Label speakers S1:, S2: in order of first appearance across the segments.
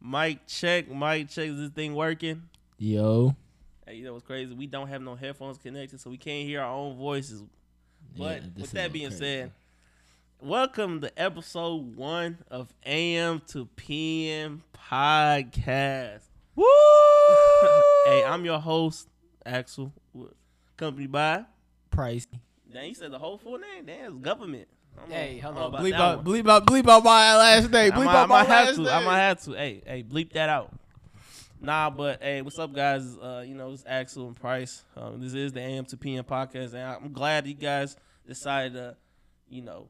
S1: Mic check, mic check. Is this thing working?
S2: Yo.
S1: Hey, you know what's crazy? We don't have no headphones connected, so we can't hear our own voices. But
S2: Yeah, this
S1: with
S2: is
S1: that
S2: getting
S1: being
S2: crazy.
S1: said, welcome to episode one of AM to PM podcast. Woo! hey, I'm your host Axel, company by.
S2: Price.
S1: Damn, you said the whole full name. Damn, it's government. I don't know-
S3: Hey,
S1: I
S3: hold
S1: don't
S3: on.
S1: know about
S2: Bleep
S1: that
S2: out,
S1: one.
S2: bleep out, bleep out my last name.
S1: I
S2: Bleep
S1: might, I
S2: out my
S1: might have
S2: last
S1: to.
S2: name.
S1: I might have to. Hey, hey, bleep that out. Nah, but hey, what's up, guys? Uh, you know, it's Axel and Price. Um, this is the AM to PM podcast, and I'm glad you guys decided to, you know,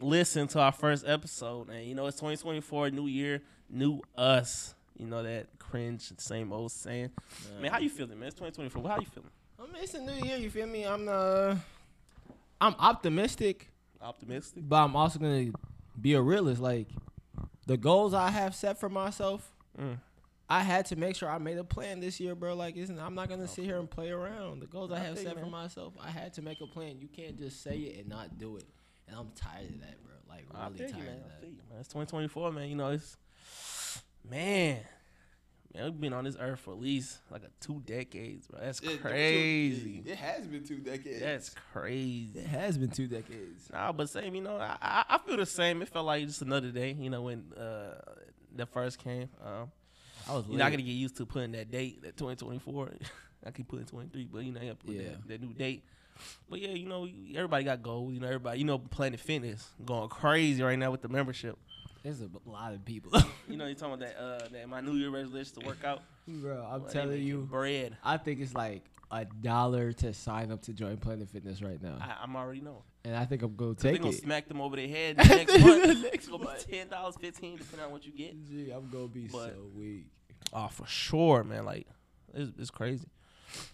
S1: listen to our first episode. And you know, it's 2024, new year, new us. You know that cringe, same old saying. Man, how you feeling, man? It's 2024. How you feeling?
S2: I mean, it's a new year. You feel me? I'm uh, I'm optimistic,
S1: Optimistic?
S2: but I'm also gonna be a realist. Like the goals I have set for myself,
S1: Mm.
S2: I had to make sure I made a plan this year, bro. Like, isn't I'm not gonna sit here and play around. The goals I,
S1: I
S2: have
S1: feel you,
S2: set for
S1: man.
S2: myself, I had to make a plan. You can't just say it and not do it. And I'm tired of that, bro. Like,
S1: I
S2: really
S1: feel you,
S2: tired
S1: man.
S2: of
S1: I
S2: that.
S1: feel you, man. It's 2024, man. You know, it's man, man. We've been on this earth for at least like a two decades, bro. That's
S3: It-
S1: crazy.
S3: It has been two decades.
S1: That's crazy.
S2: It has been two decades.
S1: Nah, but same, you know, I, I I feel the same. It felt like just another day, you know, when uh the first came. Um,
S2: I was
S1: you know, I gotta get used to putting that date, that 2024. I keep putting 23, but you know, I gotta put
S2: Yeah.
S1: that, that new date. But yeah, you know, everybody got goals. You know, everybody, you know, Planet Fitness going crazy right now with the membership.
S2: There's a b- lot of people.
S1: You know, you talking about that uh that my New Year resolution to work out.
S2: Bro, I'm
S1: Well, they
S2: telling
S1: making
S2: you,
S1: bread.
S2: I think it's like a dollar to sign up to join Planet Fitness right now,
S1: I, I'm already know.
S2: and I think I'm gonna
S1: They're
S2: take
S1: gonna
S2: it.
S1: smack them over their head the next month. it's gonna
S2: month.
S1: be ten dollars, fifteen, depending on what you get.
S2: Gee, I'm gonna be
S1: But-
S2: so weak.
S1: Oh, for sure, man. Like, it's, it's crazy.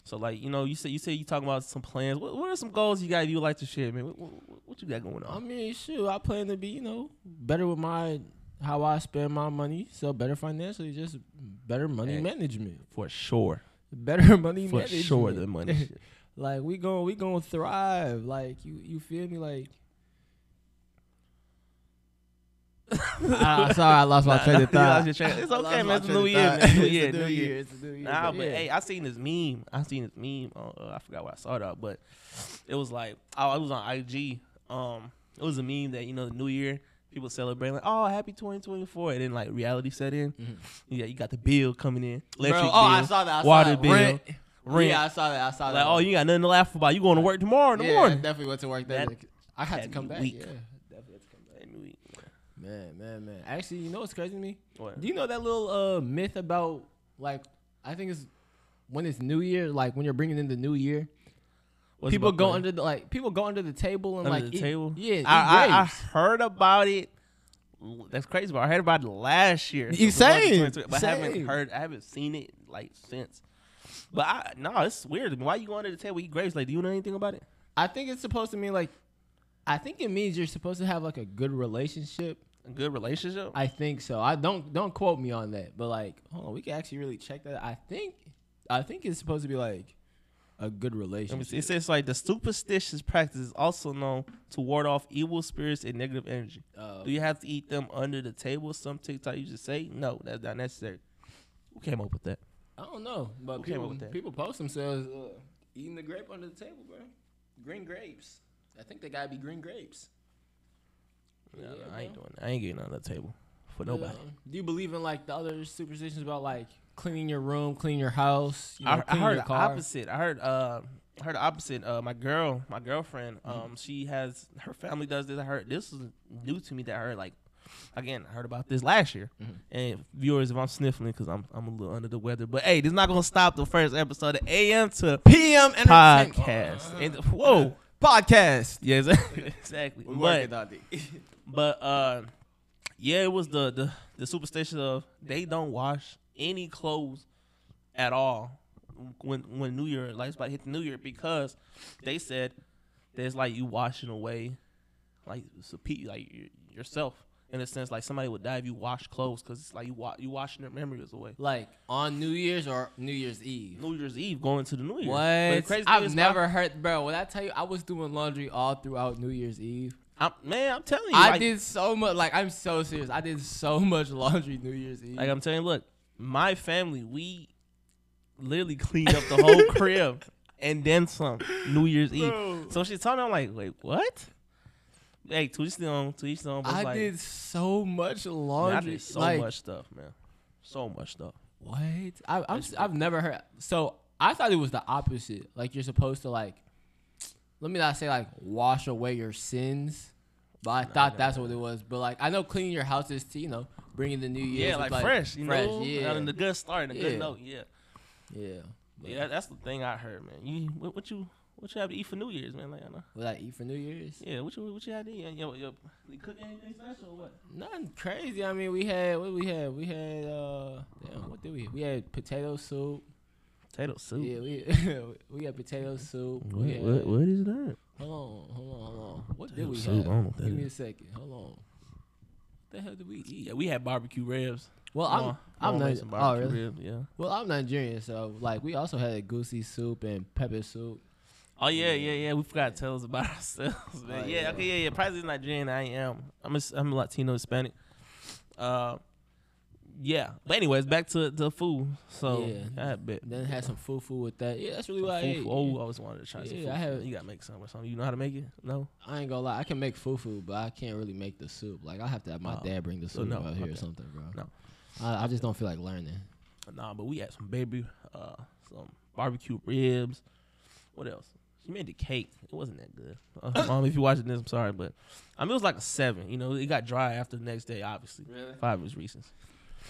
S1: So, like, you know, you said you said you talking about some plans. What, what are some goals you got? You like to share, man? What, what, what you got going
S2: I
S1: on?
S2: mean, shoot, I plan to be, you know, better with my how I spend my money, so better financially, just better money
S1: Hey.
S2: management,
S1: for sure,
S2: better money
S1: for
S2: management.
S1: sure, the money. shit.
S2: like we going we going to thrive. Like you you feel me? Like. I, Uh, Ah, sorry, I lost my
S1: Nah,
S2: train
S1: nah,
S2: of
S1: you lost
S2: thought.
S1: your train- it's
S2: I lost
S1: okay,
S2: my
S1: man. It's a
S2: train of
S1: new year,
S2: thought.
S1: man. New
S2: It's a
S1: year, new year.
S2: It's a new year.
S1: Nah, but
S2: yeah.
S1: hey, I seen this meme. I seen this meme. on, Uh, I forgot where I saw that, but it was like oh, I was on IG. Um, it was a meme that you know the New Year people celebrate like oh happy 2024, and then like reality set in.
S2: Mhm.
S1: Yeah, you got the bill coming in,
S2: Bro,
S1: electric
S2: oh,
S1: bill,
S2: I saw that. I saw
S1: water
S2: that.
S1: bill,
S2: Rent.
S1: rent.
S2: Yeah, I saw that. I saw
S1: like
S2: that.
S1: oh, you got nothing to laugh about. You going to work tomorrow in the
S2: yeah, I
S1: morning?
S2: definitely went to work that.
S1: That-
S2: I had to
S1: that'd
S2: come
S1: be
S2: back.
S1: weak.
S2: Yeah, definitely had to come back.
S1: That new week.
S2: Man, man, man. Actually, you know what's crazy to me?
S1: What?
S2: Do you know that little uh, myth about like I think it's when it's New Year, like when you're bringing in the New Year,
S1: What's
S2: people
S1: about
S2: go
S1: that?
S2: under the like people go under the table and
S1: under
S2: like
S1: the
S2: eat-
S1: table.
S2: Yeah,
S1: I,
S2: eat
S1: I, I
S2: grapes.
S1: heard about it. That's crazy, but I heard about it last year.
S2: You
S1: before the
S2: same,
S1: 2020, but I haven't
S2: same.
S1: heard, I haven't seen it like since. But I no, it's weird. Why you going to the table eat grapes? Like, do you know anything about it?
S2: I think it's supposed to mean like, I think it means you're supposed to have like a good relationship.
S1: A good relationship?
S2: I think so. I don't don't quote me on that, but like, hold on, we can actually really check that. I think I think it's supposed to be like a good
S1: Let me
S2: relationship.
S1: see. It says like the superstitious practice is also known to ward off evil spirits and negative energy.
S2: Uh,
S1: Do you have to eat them under the table? Some TikTok you just say no, that's not necessary. Who came up with that?
S2: I don't know, but
S1: Who came
S2: people
S1: up with that?
S2: people post themselves uh, eating the grape under the table, bro. Green grapes. I think they gotta be green grapes.
S1: No,
S2: Yeah,
S1: no, I ain't
S2: bro.
S1: doing. That. I ain't getting under the table for nobody.
S2: Uh, do you believe in like the other superstitions about like cleaning your room, cleaning your house? You know,
S1: I, I
S2: cleaning
S1: heard
S2: your
S1: the opposite. I heard uh, I heard the opposite. Uh, my girl, my girlfriend, um, she has her family does this. I heard this is new to me that I heard like, again, I heard about this last year.
S2: Mhm.
S1: And viewers, if I'm sniffling because I'm I'm a little under the weather, but hey, this is not gonna stop the first episode of AM to
S2: PM entertainment.
S1: podcast. And whoa,
S2: podcast.
S1: yeah, exactly. exactly.
S3: We
S1: But-
S3: working on it.
S1: but uh, yeah, it was the the the superstition of they don't wash any clothes at all when when New Year like it's about to hit the New Year because they said there's like you washing away like supe- like y- yourself in a sense like somebody would die if you wash clothes because it's like you wa- you washing their memories away.
S2: Like on New Year's or New Year's Eve.
S1: New Year's Eve going to the New Year.
S2: What?
S1: But the crazy thing
S2: I've
S1: is, my-
S2: never heard, bro. When I tell you, I was doing laundry all throughout New Year's Eve.
S1: I'm, man, I'm telling you,
S2: I
S1: like-
S2: did so much. Like I'm so serious. I did so much laundry New Year's Eve.
S1: Like I'm telling you, look, my family, we literally cleaned up the whole crib and then some New Year's
S2: Bro.
S1: Eve. So she told me, I'm like, wait, what? Hey, to each their own, to each their own. But it's
S2: I
S1: like,
S2: did so much
S1: man,
S2: laundry.
S1: I did so
S2: like,
S1: much stuff, man. So much stuff.
S2: What? I, I'm, s- I've never heard. So I thought it was the opposite. Like you're supposed to like, let me not say like wash away your sins, but I thought that's what it was. But like I know cleaning your house is to you know bringing the new year.
S1: Yeah,
S2: with,
S1: like, fresh, you know,
S2: Yeah,
S1: and the good start and a
S2: Yeah.
S1: good note. Yeah,
S2: yeah. But
S1: yeah, that's the thing I heard, man. You what, what you what you have to eat for New Year's, man? Like, I know.
S2: What I eat for New Year's?
S1: yeah, what you what you had to eat? Yo, yo, yo, you cook anything special or what?
S2: Nothing crazy. I mean, we had what we had. We had uh, damn, what did we? We had potato soup.
S1: Potato soup.
S2: Yeah, we we had potato soup. we had,
S1: what is that?
S2: Hold on, hold on, hold on. What did
S1: Potato
S2: we
S1: soup, I don't know
S2: have?
S1: what that
S2: Give me a
S1: is.
S2: second. Hold on. What the hell did we eat?
S1: Yeah, we had barbecue ribs.
S2: Well,
S1: My
S2: I'm
S1: mom-
S2: I'm
S1: my mom made
S2: Nige-
S1: some
S2: oh,
S1: barbecue
S2: really?
S1: ribs, yeah.
S2: Well, I'm Nigerian, so like we also had a goosey soup and pepper soup.
S1: Oh yeah, yeah, yeah. We forgot to tell us about ourselves, man.
S2: Oh,
S1: yeah,
S2: yeah.
S1: okay, yeah, yeah. Probably Nigerian. I am. I'm a, s- I'm a Latino Hispanic. Uh, yeah. But anyways, back to the food. So
S2: Yeah.
S1: I had bit.
S2: Then had some fufu with that. Yeah, that's really what I
S1: Fufu.
S2: ate.
S1: Oh, I always wanted to try some
S2: Yeah,
S1: fufu.
S2: I have-
S1: You gotta make some or something. You know how to make it? No.
S2: I ain't gonna lie, I can make fufu, but I can't really make the soup. Like I have to have my
S1: Oh.
S2: dad bring the
S1: So,
S2: soup
S1: no,
S2: out here or
S1: okay.
S2: something, bro.
S1: No.
S2: I, I just don't feel like learning.
S1: Nah, but we had some baby, uh, some barbecue ribs. What else? She made the cake. It wasn't that good. Uh, Mom, if you're watching this, I'm sorry, but I mean it was like a seven. You know, it got dry after the next day. Obviously,
S2: Really?
S1: five was reasons.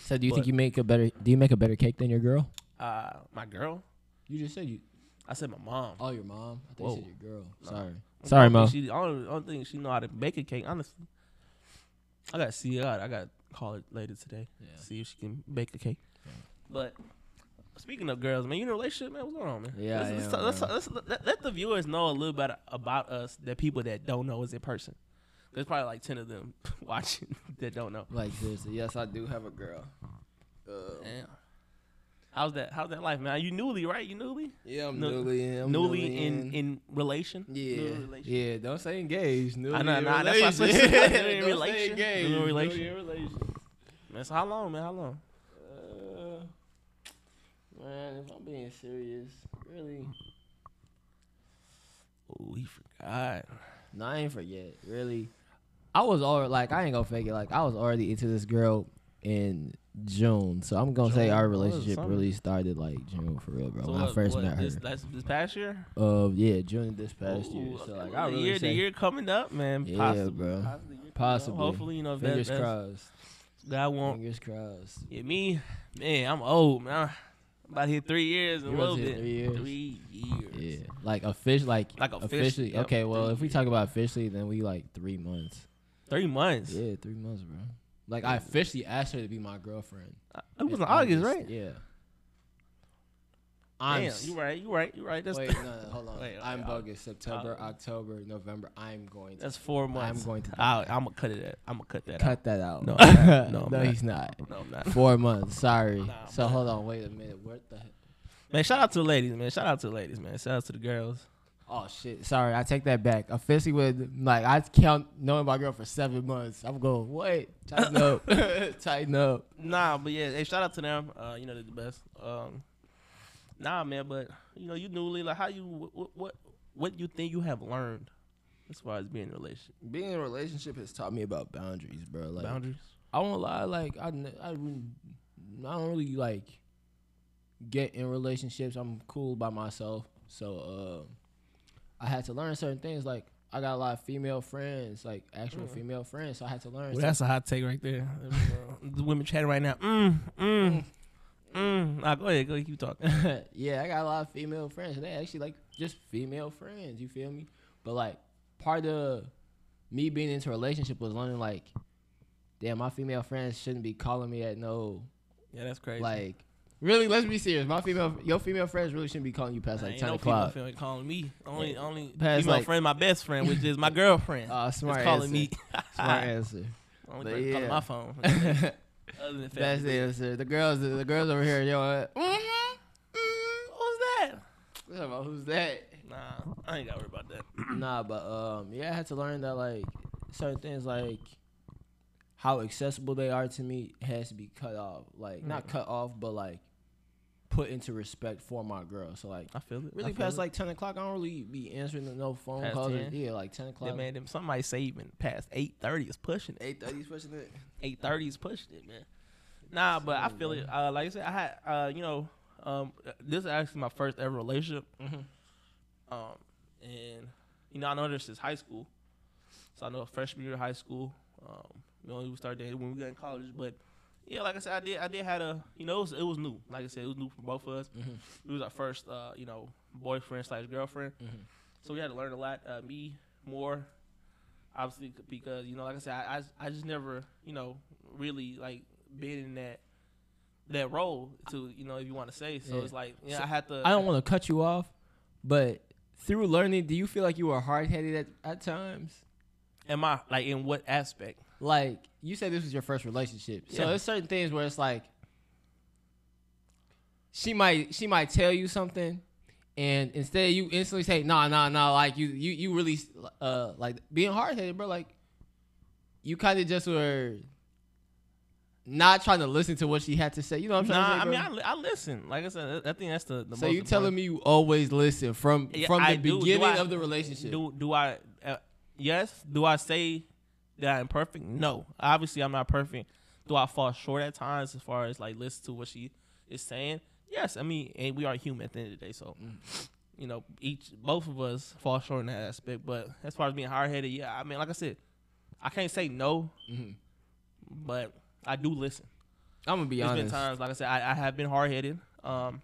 S2: So do you think
S1: But-
S2: you make a better? Do you make a better cake than your girl?
S1: Uh, my girl.
S2: You just said you.
S1: I said my mom.
S2: Oh, your mom. I thought you said
S1: Whoa.
S2: your girl.
S1: No.
S2: Sorry.
S1: My
S2: Sorry,
S1: mom
S2: mom.
S1: think She, I, don't, I don't think she know how to bake a cake. Honestly, I got to see her. out. I got to call her later today.
S2: Yeah.
S1: See if she can bake a cake.
S2: Yeah.
S1: But speaking of girls, man, you in a relationship, man? What's going on, man?
S2: Yeah,
S1: Let's,
S2: I
S1: let's
S2: am,
S1: talk- let's
S2: bro.
S1: talk- let's let- let, let the viewers know a little bit about us. The people that don't know us in person. There's probably like ten of them watching that don't know.
S2: Like seriously, yes, I do have a girl. Uh,
S1: Damn. How's that? How's that life, man? You newly, right? You newly,
S2: yeah, I'm
S1: Nu-
S2: newly in. I'm
S1: newly, in in relation.
S2: yeah,
S1: Newly relation.
S2: yeah. Don't say engaged. Newly
S1: I know,
S2: in
S1: nah, that's what I
S2: relation.
S1: said.
S2: Don't
S1: Newly in
S2: say
S1: relation.
S2: engaged.
S1: Newly in relation.
S2: Newly in relation.
S1: Man, so how long, man? How long?
S2: Uh, man, if I'm being serious, really.
S1: Oh, he forgot.
S2: No, I ain't forget. Really, I was already like I ain't gonna fake it. Like I was already into this girl in June, so I'm gonna say
S1: June? Oh,
S2: our
S1: it's
S2: relationship
S1: summer.
S2: really started like June for real, bro. when I
S1: what-
S2: first
S1: what,
S2: met her.
S1: This, that's this past year.
S2: Uh, yeah, June this past
S1: Ooh,
S2: year.
S1: okay,
S2: So like,
S1: well,
S2: I
S1: the
S2: really
S1: year,
S2: say,
S1: the year coming up, man.
S2: Yeah,
S1: possibly,
S2: bro.
S1: Possibly. year coming up.
S2: Possibly.
S1: Hopefully, you know if that,
S2: fingers
S1: that's,
S2: crossed.
S1: God won't.
S2: Fingers crossed.
S1: Yeah, me, man. I'm old, man. I'm about to hit three years in a
S2: You
S1: little
S2: about to hit
S1: bit.
S2: three years?
S1: Three years.
S2: Yeah, like official, like,
S1: Like
S2: officially.
S1: officially, yeah,
S2: okay, well,
S1: three
S2: if we
S1: years.
S2: talk about officially, then we like three months.
S1: Three months.
S2: Yeah, three months, bro. Like I officially asked her to be my girlfriend.
S1: Uh, It was in
S2: in
S1: August, right?
S2: Yeah. I'm
S1: Damn,
S2: s-
S1: you right. You right. You right. That's
S2: Wait, no, no, hold on.
S1: Wait, wait,
S2: I'm
S1: I'll-
S2: bogus. September, October, November. I'm going to
S1: that's four months.
S2: going to-
S1: I, I'm gonna cut it. Out. I'm gonna cut that
S2: cut that out.
S1: No, I'm not. No,
S2: no,
S1: I'm not.
S2: he's not.
S1: out. No, I'm not.
S2: Four months. Sorry.
S1: Nah,
S2: so
S1: man.
S2: hold on. Wait a minute. What the?
S1: Man, shout out to the ladies, man. Shout out to the ladies, man. Shout out to the girls.
S2: Oh shit! Sorry, I take that back. Officially, with like I count knowing my girl for seven months. I'm going wait, tighten up, tighten up.
S1: Nah, but yeah, hey, shout out to them. Uh, you know they're the best. Um, nah, man, but you know you newly like how you what what what you think you have learned as far as being in a relationship
S2: Being in a relationship has taught me about boundaries, bro. Like
S1: boundaries.
S2: I won't lie, like I, n- I, really- I don't really like get in relationships. I'm cool by myself, so uh, I had to learn certain things. Like I got a lot of female friends, like actual female friends, so I had to learn.
S1: Well, that's a hot take right there. the women chatting right now. Mm, mm, mm. Nah, go ahead, go ahead, keep talking.
S2: yeah, I got a lot of female friends, and they actually like just female friends. You feel me? But like part of me being into a relationship was learning like, damn, my female friends shouldn't be calling me at no
S1: Yeah, that's crazy.
S2: like. Really, let's be serious. My female, your female friends really shouldn't be calling you past
S1: Nah,
S2: like
S1: ain't
S2: ten
S1: no female
S2: o'clock.
S1: friend calling me. Only only
S2: Past,
S1: female
S2: like-
S1: friend, my best friend, which is my girlfriend.
S2: Uh, smart
S1: is calling
S2: answer.
S1: me. Ah.
S2: Smart answer.
S1: only
S2: But
S1: person
S2: yeah.
S1: calling my phone. Other than
S2: That's the
S1: family.
S2: answer. The girls, the girls over here, yo, uh,
S1: Mhm. Mm, who's that?
S2: talking about who's that?
S1: Nah, I ain't gotta worry about that.
S2: nah, but um, yeah, I had to learn that like certain things like how accessible they are to me has to be cut off. Like not cut off, but like put into respect for my girl. So like
S1: I feel it. I
S2: really
S1: feel
S2: past
S1: it.
S2: like ten o'clock, I don't really be answering the no phone
S1: Past
S2: calls. or-
S1: 10?
S2: yeah, like ten
S1: Yeah,
S2: o'clock.
S1: man, them, somebody say even past eight thirty is pushing it.
S2: Eight thirty is pushing it.
S1: Eight thirty is pushing it, man. Nah, but I feel it. Uh, like I said, I had uh, you know, um, this is actually my first ever relationship. Um, and you know, I know this since high school, so I know freshman year of high school. Um, you know, we started dating when we got in college, but yeah, like I said, I did, I did had a, you know, it was, it was new. Like I said, it was new for both of us. It was our first, uh, you know, boyfriend slash girlfriend. So we had to learn a lot. Uh, me more, obviously, c- because you know, like I said, I, I, I just never, you know, really like been in that that role to, you know, if you want to say. So
S2: Yeah.
S1: it's like, yeah,
S2: So
S1: I had to.
S2: I don't want to cut you off, but through learning, do you feel like you were hard headed at, at times?
S1: Am I like in what aspect?
S2: Like you said, this was your first relationship, so
S1: Yeah.
S2: there's certain things where it's like she might she might tell you something, and instead you instantly say nah nah nah like you you you really uh like being hard headed, bro. Like you kind of just were not trying to listen to what she had to say. You know what I'm trying
S1: Nah, I
S2: to say?
S1: mean,
S2: bro?
S1: I, li- I listen. Like I said, I I think that's the. the
S2: so
S1: most
S2: you
S1: important-
S2: telling me you always listen from
S1: Yeah,
S2: from the
S1: I do. Do
S2: beginning
S1: I-
S2: of the relationship?
S1: Do do I? Uh, yes. Do I say that I'm perfect? No. Obviously, I'm not perfect. Do I fall short at times as far as like listen to what she is saying? Yes. I mean, and we are human at the end of the day, so.
S2: Mm.
S1: You know, each both of us fall short in that aspect, but as far as being hard headed, yeah, I mean, like I said, I can't say no,
S2: Mhm.
S1: but I do listen.
S2: I'm gonna be
S1: There's
S2: honest.
S1: been times, like I said, I, I have been hard headed. Um,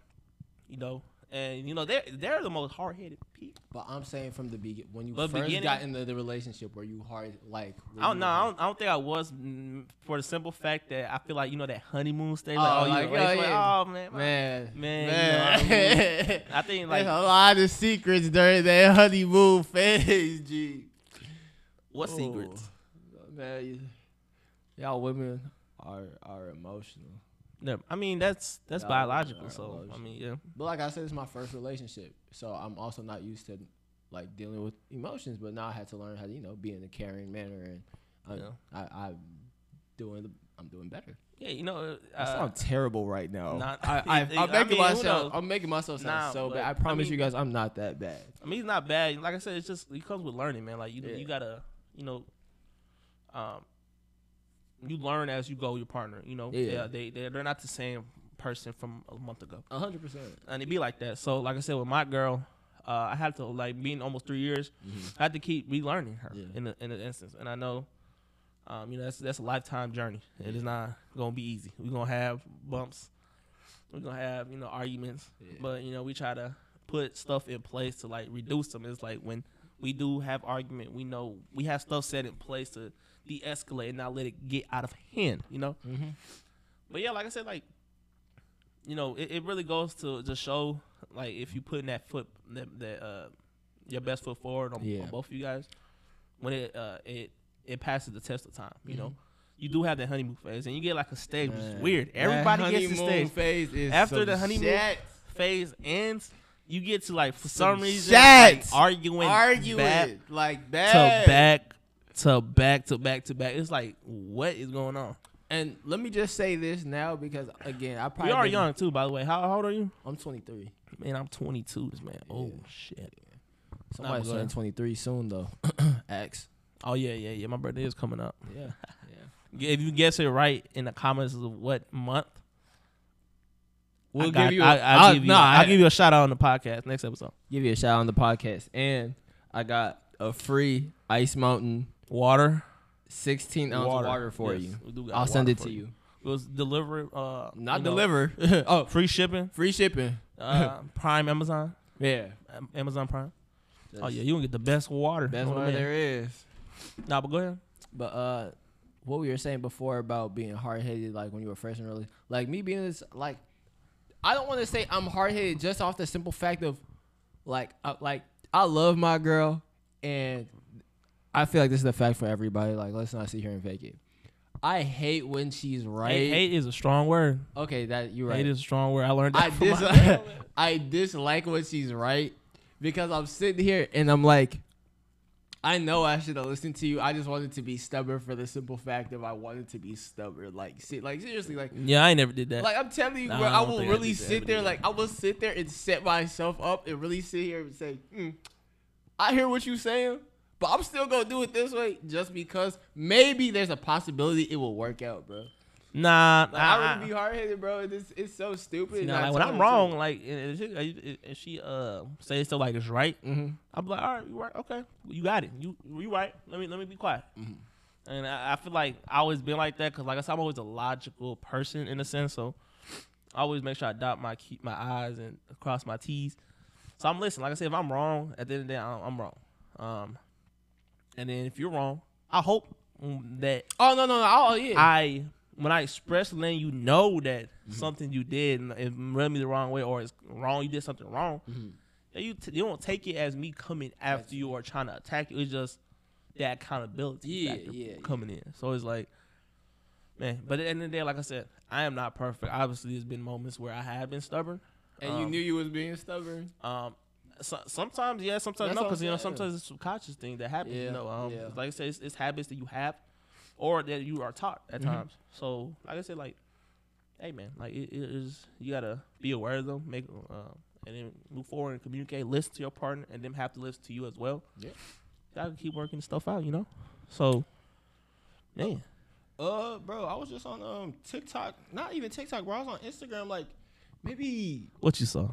S1: you know, and you know they're they're the most hard headed people.
S2: But I'm saying from the beginning, when you
S1: But
S2: first
S1: beginning-
S2: got into the relationship, were you hard like? were
S1: I don't
S2: you
S1: know.
S2: hard-
S1: I don't, I don't think I was mm, for the simple fact that I feel like you know that honeymoon stage.
S2: Oh,
S1: Like, oh,
S2: like,
S1: you know,
S2: oh,
S1: it's like,
S2: yeah.
S1: oh man, man.
S2: Man,
S1: Man,
S2: man.
S1: you know, I I think like
S2: There's a lot of secrets during that honeymoon phase, G.
S1: what
S2: Oh.
S1: secrets?
S2: Man, you- y'all women are are emotional.
S1: No, I mean that's that's
S2: Yeah, I don't know,
S1: biological.
S2: I
S1: So
S2: don't know.
S1: I mean, yeah,
S2: But like I said, it's my first relationship, so I'm also not used to like dealing with emotions. But now I had to learn how to, you know, be in a caring manner, and I,
S1: Yeah.
S2: I, I'm doing the, I'm doing better.
S1: yeah, you know,
S2: I
S1: uh,
S2: sound terrible right now.
S1: not-
S2: I, I, I'm
S1: I
S2: making
S1: mean, who knows?
S2: myself. I'm making myself sound
S1: Nah,
S2: so
S1: but,
S2: bad. I
S1: I
S2: promise
S1: mean-
S2: you guys, I'm not that bad.
S1: I mean, it's not bad. Like I said, it's just it comes with learning, man. Like you,
S2: Yeah.
S1: you gotta, you know, um, you learn as you go. Your partner, you know,
S2: Yeah.
S1: yeah, they they they're not the same person from a month ago,
S2: 100. percent
S1: and it be like that. So, like I said, with my girl, uh, I had to like being almost three years,
S2: Mm-hmm.
S1: I had to keep relearning her
S2: Yeah.
S1: in the, in the instance, and I know. Um, you know that's that's a lifetime journey. It is not gonna be easy. We're gonna have bumps. We're gonna have you know arguments.
S2: Yeah.
S1: But you know, we try to put stuff in place to like reduce them. It's like when we do have argument, we know we have stuff set in place to de-escalate and not let it get out of hand. You know. But yeah, like I said, like you know, it, it really goes to just show like if you putting that foot that, that uh your best foot forward on,
S2: Yeah.
S1: on both of you guys when it uh it it passes the test of time. You
S2: Mm-hmm.
S1: know. You do have that honeymoon phase, and you get like a stage, which is weird. Everybody gets the stage
S2: phase is
S1: After
S2: some
S1: the honeymoon
S2: shit.
S1: phase ends, you get to like for
S2: Some
S1: some reason like,
S2: shit.
S1: arguing,
S2: arguing
S1: back
S2: like
S1: to
S2: that.
S1: back to back to back to back. It's like what is going on?
S2: And let me just say this now because again, I
S1: We
S2: probably
S1: are
S2: been-
S1: young too, by the way. How, how old are you?
S2: I'm 23.
S1: Man, I'm 22, this man. Oh
S2: Yeah.
S1: shit.
S2: Somebody's
S1: go ahead.
S2: turning 23 soon though. X.
S1: Oh yeah, yeah, yeah. My birthday is coming up.
S2: Yeah.
S1: If you guess it right in the comments of what month,
S2: We'll
S1: I got-
S2: give you. a-
S1: I, I'll, give you.
S2: nah,
S1: I'll
S2: I-
S1: give you a shout out on the podcast next episode.
S2: give you a shout out on the podcast. And I got a free Ice Mountain
S1: Water,
S2: 16 ounce water, for
S1: Yes,
S2: you.
S1: we do got
S2: I'll
S1: water
S2: send it
S1: for
S2: to you.
S1: It was delivery. Uh,
S2: Not
S1: you know,
S2: deliver.
S1: Oh, free shipping.
S2: free shipping.
S1: Uh, Prime Amazon.
S2: Yeah.
S1: Am- Amazon Prime. Oh yeah, you gonna get the best water.
S2: Best
S1: on the
S2: water
S1: menu.
S2: there is.
S1: Nah, but go ahead.
S2: But uh what we were saying before about being hard headed, like when you were fresh and early, like me being this, like, I don't want to say I'm hard headed just off the simple fact of, like, I, like I love my girl, and I feel like this is a fact for everybody. Like, let's not sit here and fake it. I hate when she's right.
S1: Hate, hate is a strong word.
S2: Okay, that you're right.
S1: Hate is a strong word. I learned that
S2: I,
S1: from my-
S2: dis- I dislike when she's right because I'm sitting here and I'm like, I know I should have listened to you. I just wanted to be stubborn for the simple fact of I wanted to be stubborn. Like, see, like seriously, like,
S1: Yeah, I ain't never did that.
S2: like I'm telling you,
S1: Nah,
S2: bro,
S1: I
S2: I
S1: don't
S2: will
S1: think I
S2: really
S1: did that,
S2: sit
S1: but
S2: there,
S1: yeah.
S2: like, I will sit there and set myself up and really sit here and say, mm, I hear what you're saying, but I'm still gonna do it this way just because maybe there's a possibility it will work out, bro.
S1: nah,
S2: Like,
S1: I,
S2: I, would
S1: I-
S2: really be hard headed, bro. and It's it's so stupid.
S1: you
S2: and
S1: know,
S2: I
S1: ah. like when
S2: told
S1: I'm
S2: her to.
S1: wrong, like if she, if- if she uh says stuff like it's right,
S2: Mhm.
S1: I'm like, all right, you right, okay, you got it, you you right. Let me let me be quiet. And I, I feel like I always been like that because like I said, I'm always a logical person in a sense, so I always make sure I dot my keep my I's and cross my T's. So I'm listening. Like I said, if I'm wrong, at the end of the day, I'm, I'm wrong. Um, and then if you're wrong, I hope mm, that
S2: Oh no no no! Oh yeah. Mm-hmm.
S1: I when I express letting you know that something you did and it rubbed me the wrong way or it's wrong, you did something wrong.
S2: Mm-hmm.
S1: then You t- you don't take it as me coming after you or trying to attack you. It's just that accountability
S2: Yeah,
S1: factor
S2: yeah, yeah.
S1: coming in. So it's like, man. But at the end of the day, like I said, I am not perfect. Obviously, there's been moments where I have been stubborn.
S2: and you
S1: um,
S2: knew you was being stubborn.
S1: Um, so, sometimes yeah, sometimes
S2: That's
S1: no,
S2: what I'm
S1: because you know
S2: saying.
S1: sometimes it's a subconscious thing that happens.
S2: Yeah,
S1: You know, um,
S2: yeah.
S1: like I said, it's, it's habits that you have or that you are taught
S2: Mm-hmm.
S1: at times. So like I said, like, hey man, like it, it is you gotta be aware of them, make um, and then move forward and communicate. Listen to your partner, and them have to listen to you as well.
S2: Yeah.
S1: y'all can keep working stuff out. You know, so man,
S2: Uh, bro, I was just on um TikTok, not even TikTok, bro. I was on Instagram, like maybe
S1: what you saw?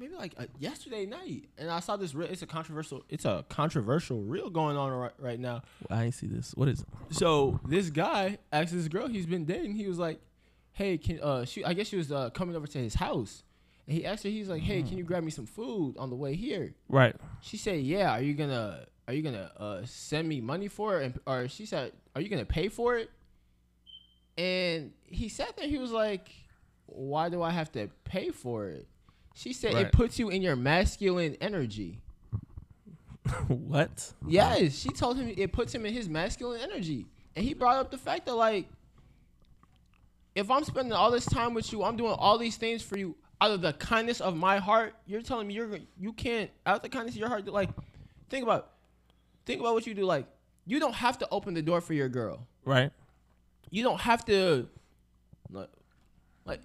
S2: maybe like uh, yesterday night, and I saw this. Real, it's a controversial. It's a controversial reel going on right, right now.
S1: I ain't see this. What is it?
S2: So this guy asked this girl he's been dating. He was like, "Hey, can uh she? I guess she was uh, coming over to his house." And he asked her, he's like, "Hey, can you grab me some food on the way here?"
S1: Right.
S2: She said, "Yeah. Are you gonna Are you gonna uh, send me money for it?" And, or she said, "Are you gonna pay for it?" And he sat there. He was like, "Why do I have to pay for it?" She said,
S1: Right.
S2: "It puts you in your masculine energy."
S1: what?
S2: Yes, she told him it puts him in his masculine energy, and he brought up the fact that like, if I'm spending all this time with you, I'm doing all these things for you out of the kindness of my heart. You're telling me you're gon- you can't out of the kindness of your heart. Like, think about, think about what you do. Like, you don't have to open the door for your girl.
S1: Right.
S2: You don't have to, like, like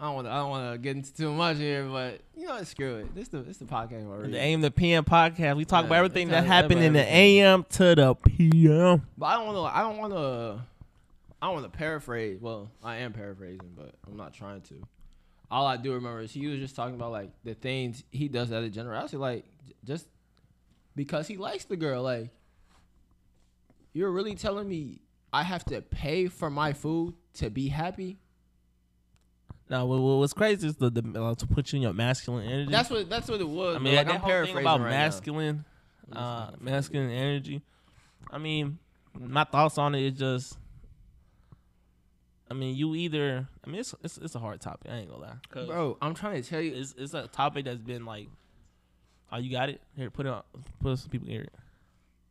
S2: I don't want to. I don't want to get into too much here, but you know, what, screw it. This the this the podcast. where we-
S1: The AM to PM podcast. We talk
S2: Yeah,
S1: about everything
S2: we
S1: that
S2: talk
S1: happened
S2: about
S1: in the
S2: everything.
S1: AM to the PM.
S2: But I don't want to. I don't want to. I don't want to paraphrase. Well, I am paraphrasing, but I'm not trying to. All I do remember is he was just talking about like the things he does out of generosity, like j- just because he likes the girl. Like you're really telling me I have to pay for my food to be happy?
S1: Now, what, what- what's crazy is the, the uh, to put you in your masculine energy.
S2: That's what that's what it was.
S1: I
S2: bro.
S1: mean,
S2: like,
S1: that
S2: I'm
S1: whole thing
S2: paraphrasing
S1: about
S2: right now.
S1: masculine, uh, masculine energy. I mean, my thoughts on it is just. I mean, you either. I mean, it's it's, it's a hard topic. I ain't gonna lie, 'Cause
S2: Bro, I'm trying to tell you.
S1: It's it's a topic that's been like, oh, you got it here. Put it on. Put some people here.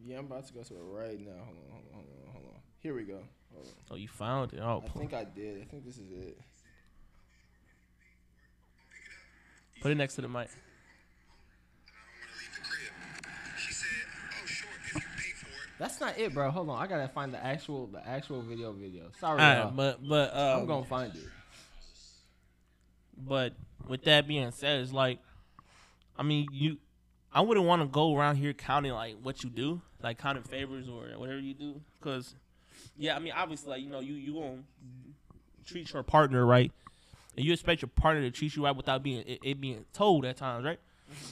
S2: Yeah, I'm about to go to it right now. Hold on, hold on, hold on, hold on. Here we go. Hold on.
S1: Oh, you found it. Oh, pl-
S2: I did. I think this is it.
S1: put it next to the mic.
S3: when I leave the crib. She said, "Oh, sure, if you pay for it."
S2: That's not it, bro. Hold on, I gotta find the actual the actual video video. Sorry,
S1: All right,
S2: y'all.
S1: but but um,
S2: I'm gonna find it.
S1: But with that being said, it's like, I mean, you, I wouldn't want to go around here counting like what you do, like counting favors or whatever you do, because, yeah, I mean, obviously, like you know, you you gonna treat your partner right, and you expect your partner to treat you right without being it, it being told at times, right?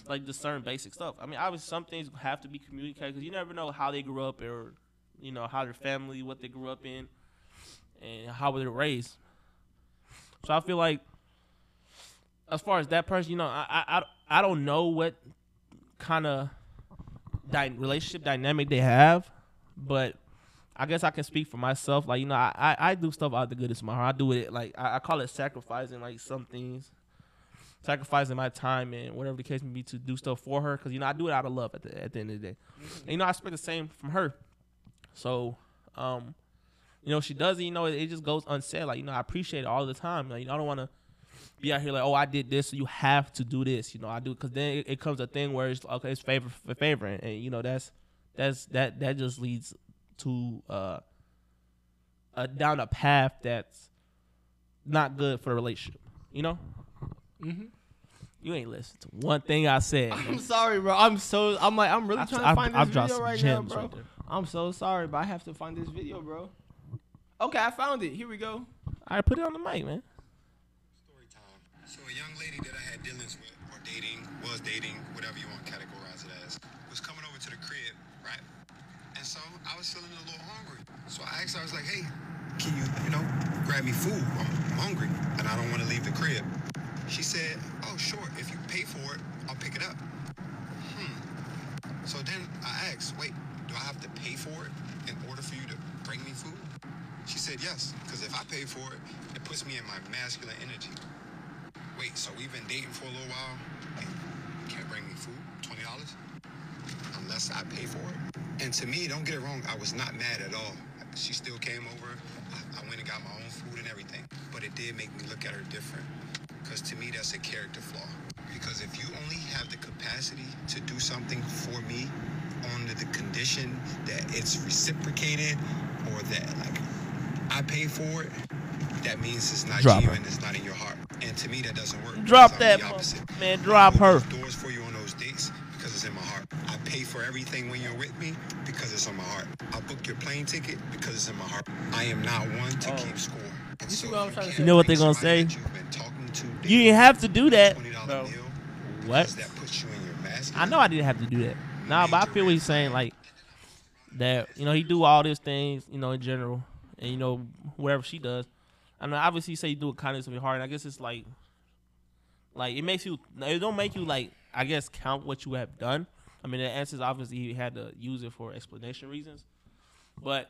S1: Like just certain basic stuff. I mean, obviously, some things have to be communicated because you never know how they grew up or, you know, how their family, what they grew up in, and how were they raised. So I feel like as far as that person, you know, I I I I don't know what kind of dy- relationship dynamic they have, but I guess I can speak for myself. Like you know, I I, I do stuff out of the goodness of my heart. I do it like I, I call it sacrificing like some things, sacrificing my time and whatever the case may be to do stuff for her because you know I do it out of love at the at the end of the day. And, you know, I expect the same from her. So, um, you know, she does it. You know, it, it just goes unsaid. Like you know, I appreciate it all the time. Like you know, I don't want to be out here like, oh, I did this, so you have to do this. You know, I do because then it, it comes a thing where it's okay, it's favor for favoring, and you know that's that's that that just leads to uh, uh down a path that's not good for the relationship. You know,
S2: Mm-hmm.
S1: you ain't listen to one thing I said.
S2: I'm sorry, bro. I'm so I'm like I'm really
S1: I've-
S2: trying to
S1: I've-
S2: find
S1: I've
S2: this
S1: dropped
S2: video
S1: some
S2: right now,
S1: gems
S2: bro.
S1: right there.
S2: I'm so sorry, but I have to find this video, bro. Okay, I found it. Here we go.
S1: I put it on the mic, man.
S3: Story time. So a young lady that I had dealings with, or dating, was dating, whatever you want to categorize it as, was coming over to the crib, right? And so I was feeling a little hungry. So I asked her, I was like, hey, can you, you know, grab me food? I'm, I'm hungry and I don't want to leave the crib. She said, oh, sure. If you pay for it, I'll pick it up. Hmm. So then I asked, wait, do I have to pay for it in order for you to bring me food? She said yes, because if I pay for it, it puts me in my masculine energy. Wait, so we've been dating for a little while and you can't bring me food? $20? Unless I pay for it. And to me, don't get it wrong, I was not mad at all. She still came over. I, I went and got my own food and everything. But it did make me look at her different. Because to me, that's a character flaw. Because if you only have the capacity to do something for me under the condition that it's reciprocated or that, like, I pay for it, that means it's not
S1: Drop
S3: you
S1: her.
S3: and it's not in your heart. And to me, that doesn't work.
S1: Drop
S3: I'm
S1: that,
S3: the opposite.
S1: mother- man. Drop
S3: I
S1: her.
S3: open Doors for you on those dates because it's in my heart. I pay for everything when you're with me because it's on my heart. I book your plane ticket because it's in my heart. I am not one to
S1: Oh.
S3: keep score. And
S2: You see
S3: so
S2: what
S3: if
S2: I'm trying to
S3: can't
S1: say? You know what they
S3: bring
S1: gonna
S3: somebody
S1: say?
S3: that you've been talking to
S1: You
S3: daily
S1: didn't have to do that.
S3: $20
S1: Bro.
S3: meal
S1: What?
S3: because That puts you in your mask.
S1: I know I didn't have to do that. Nah, but I feel what he's saying, like that you know he do all these things, you know, in general, and you know whatever she does. I mean, obviously, you say you do it kindness of your heart, and I guess it's like, like it makes you. no, It don't make you like. I guess count what you have done. I mean, the answers obviously he had to use it for explanation reasons, but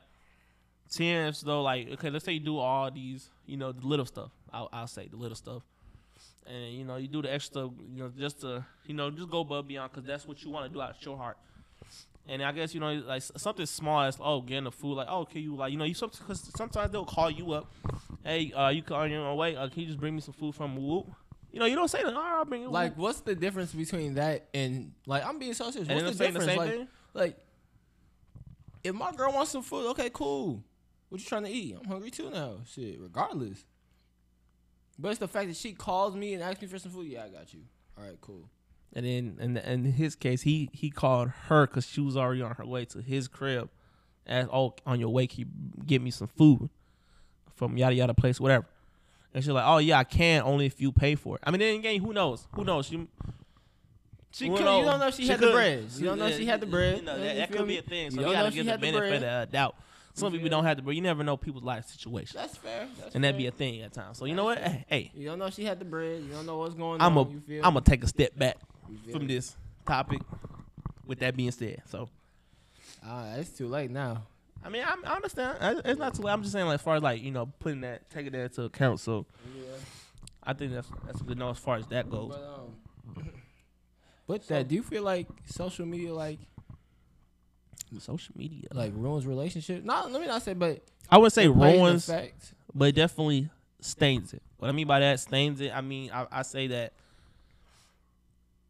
S1: TMs though, like okay, let's say you do all these, you know, the little stuff. I'll, I'll say the little stuff and you know you do the extra you know just to you know just go above and beyond because that's what you want to do out of your heart and i guess you know like s- something small as oh getting the food like oh can you like you know you some, cause sometimes they'll call you up hey uh you on your own way uh, can you just bring me some food from whoop you know you don't say that all right, i'll bring you
S2: Like, what's the difference between that and like I'm being so serious?
S1: And
S2: What's the
S1: they're saying the
S2: difference?
S1: same
S2: like,
S1: thing?
S2: like, if my girl wants some food, okay, cool. What you trying to eat? I'm hungry too now. Shit, regardless. But it's the fact that she calls me and asks me for some food. Yeah, I got you. All right, cool.
S1: and then and and in his case he he called her because she was already on her way to his crib and oh on your way can you get me some food from yada yada place whatever and she's like oh yeah i can only if you pay for it i mean then again who knows who knows she
S2: She
S1: who
S2: could, you
S1: knows?
S2: don't know if she, had
S1: could-
S2: the bread. You don't know if she had the bread.
S1: You know,
S2: Uh,
S1: that,
S2: you
S1: that
S2: feel
S1: could be
S2: me?
S1: a thing.
S2: You
S1: So
S2: don't
S1: you
S2: know
S1: gotta
S2: if she
S1: give the
S2: had the
S1: benefit of
S2: bread.
S1: the doubt. Some
S2: You
S1: people don't have the bread. You never know people's life situation,
S2: That's fair. That's
S1: and that'd be
S2: fair.
S1: a thing at times. So you know what? Hey, hey,
S2: You don't know if she had the bread. You don't know what's going
S1: I'm
S2: on.
S1: a
S2: you feel
S1: I'm gonna take a step back
S2: You feel
S1: from
S2: me?
S1: this topic. With that being said, so
S2: Ah, it's too late now.
S1: I mean, I'm, I understand. I- It's not too. I'm just saying, like, as far as like you know, putting that, taking that into account. So
S2: Yeah.
S1: I think that's that's good. No, as far as that goes,
S2: But um, with that, uh, do you feel like social media like
S1: social media.
S2: like ruins relationships? Not let me not say, but
S1: I would say
S2: it plays an
S1: ruins,
S2: effect.
S1: but it definitely stains it. What I mean by that stains it, I mean I, I say that.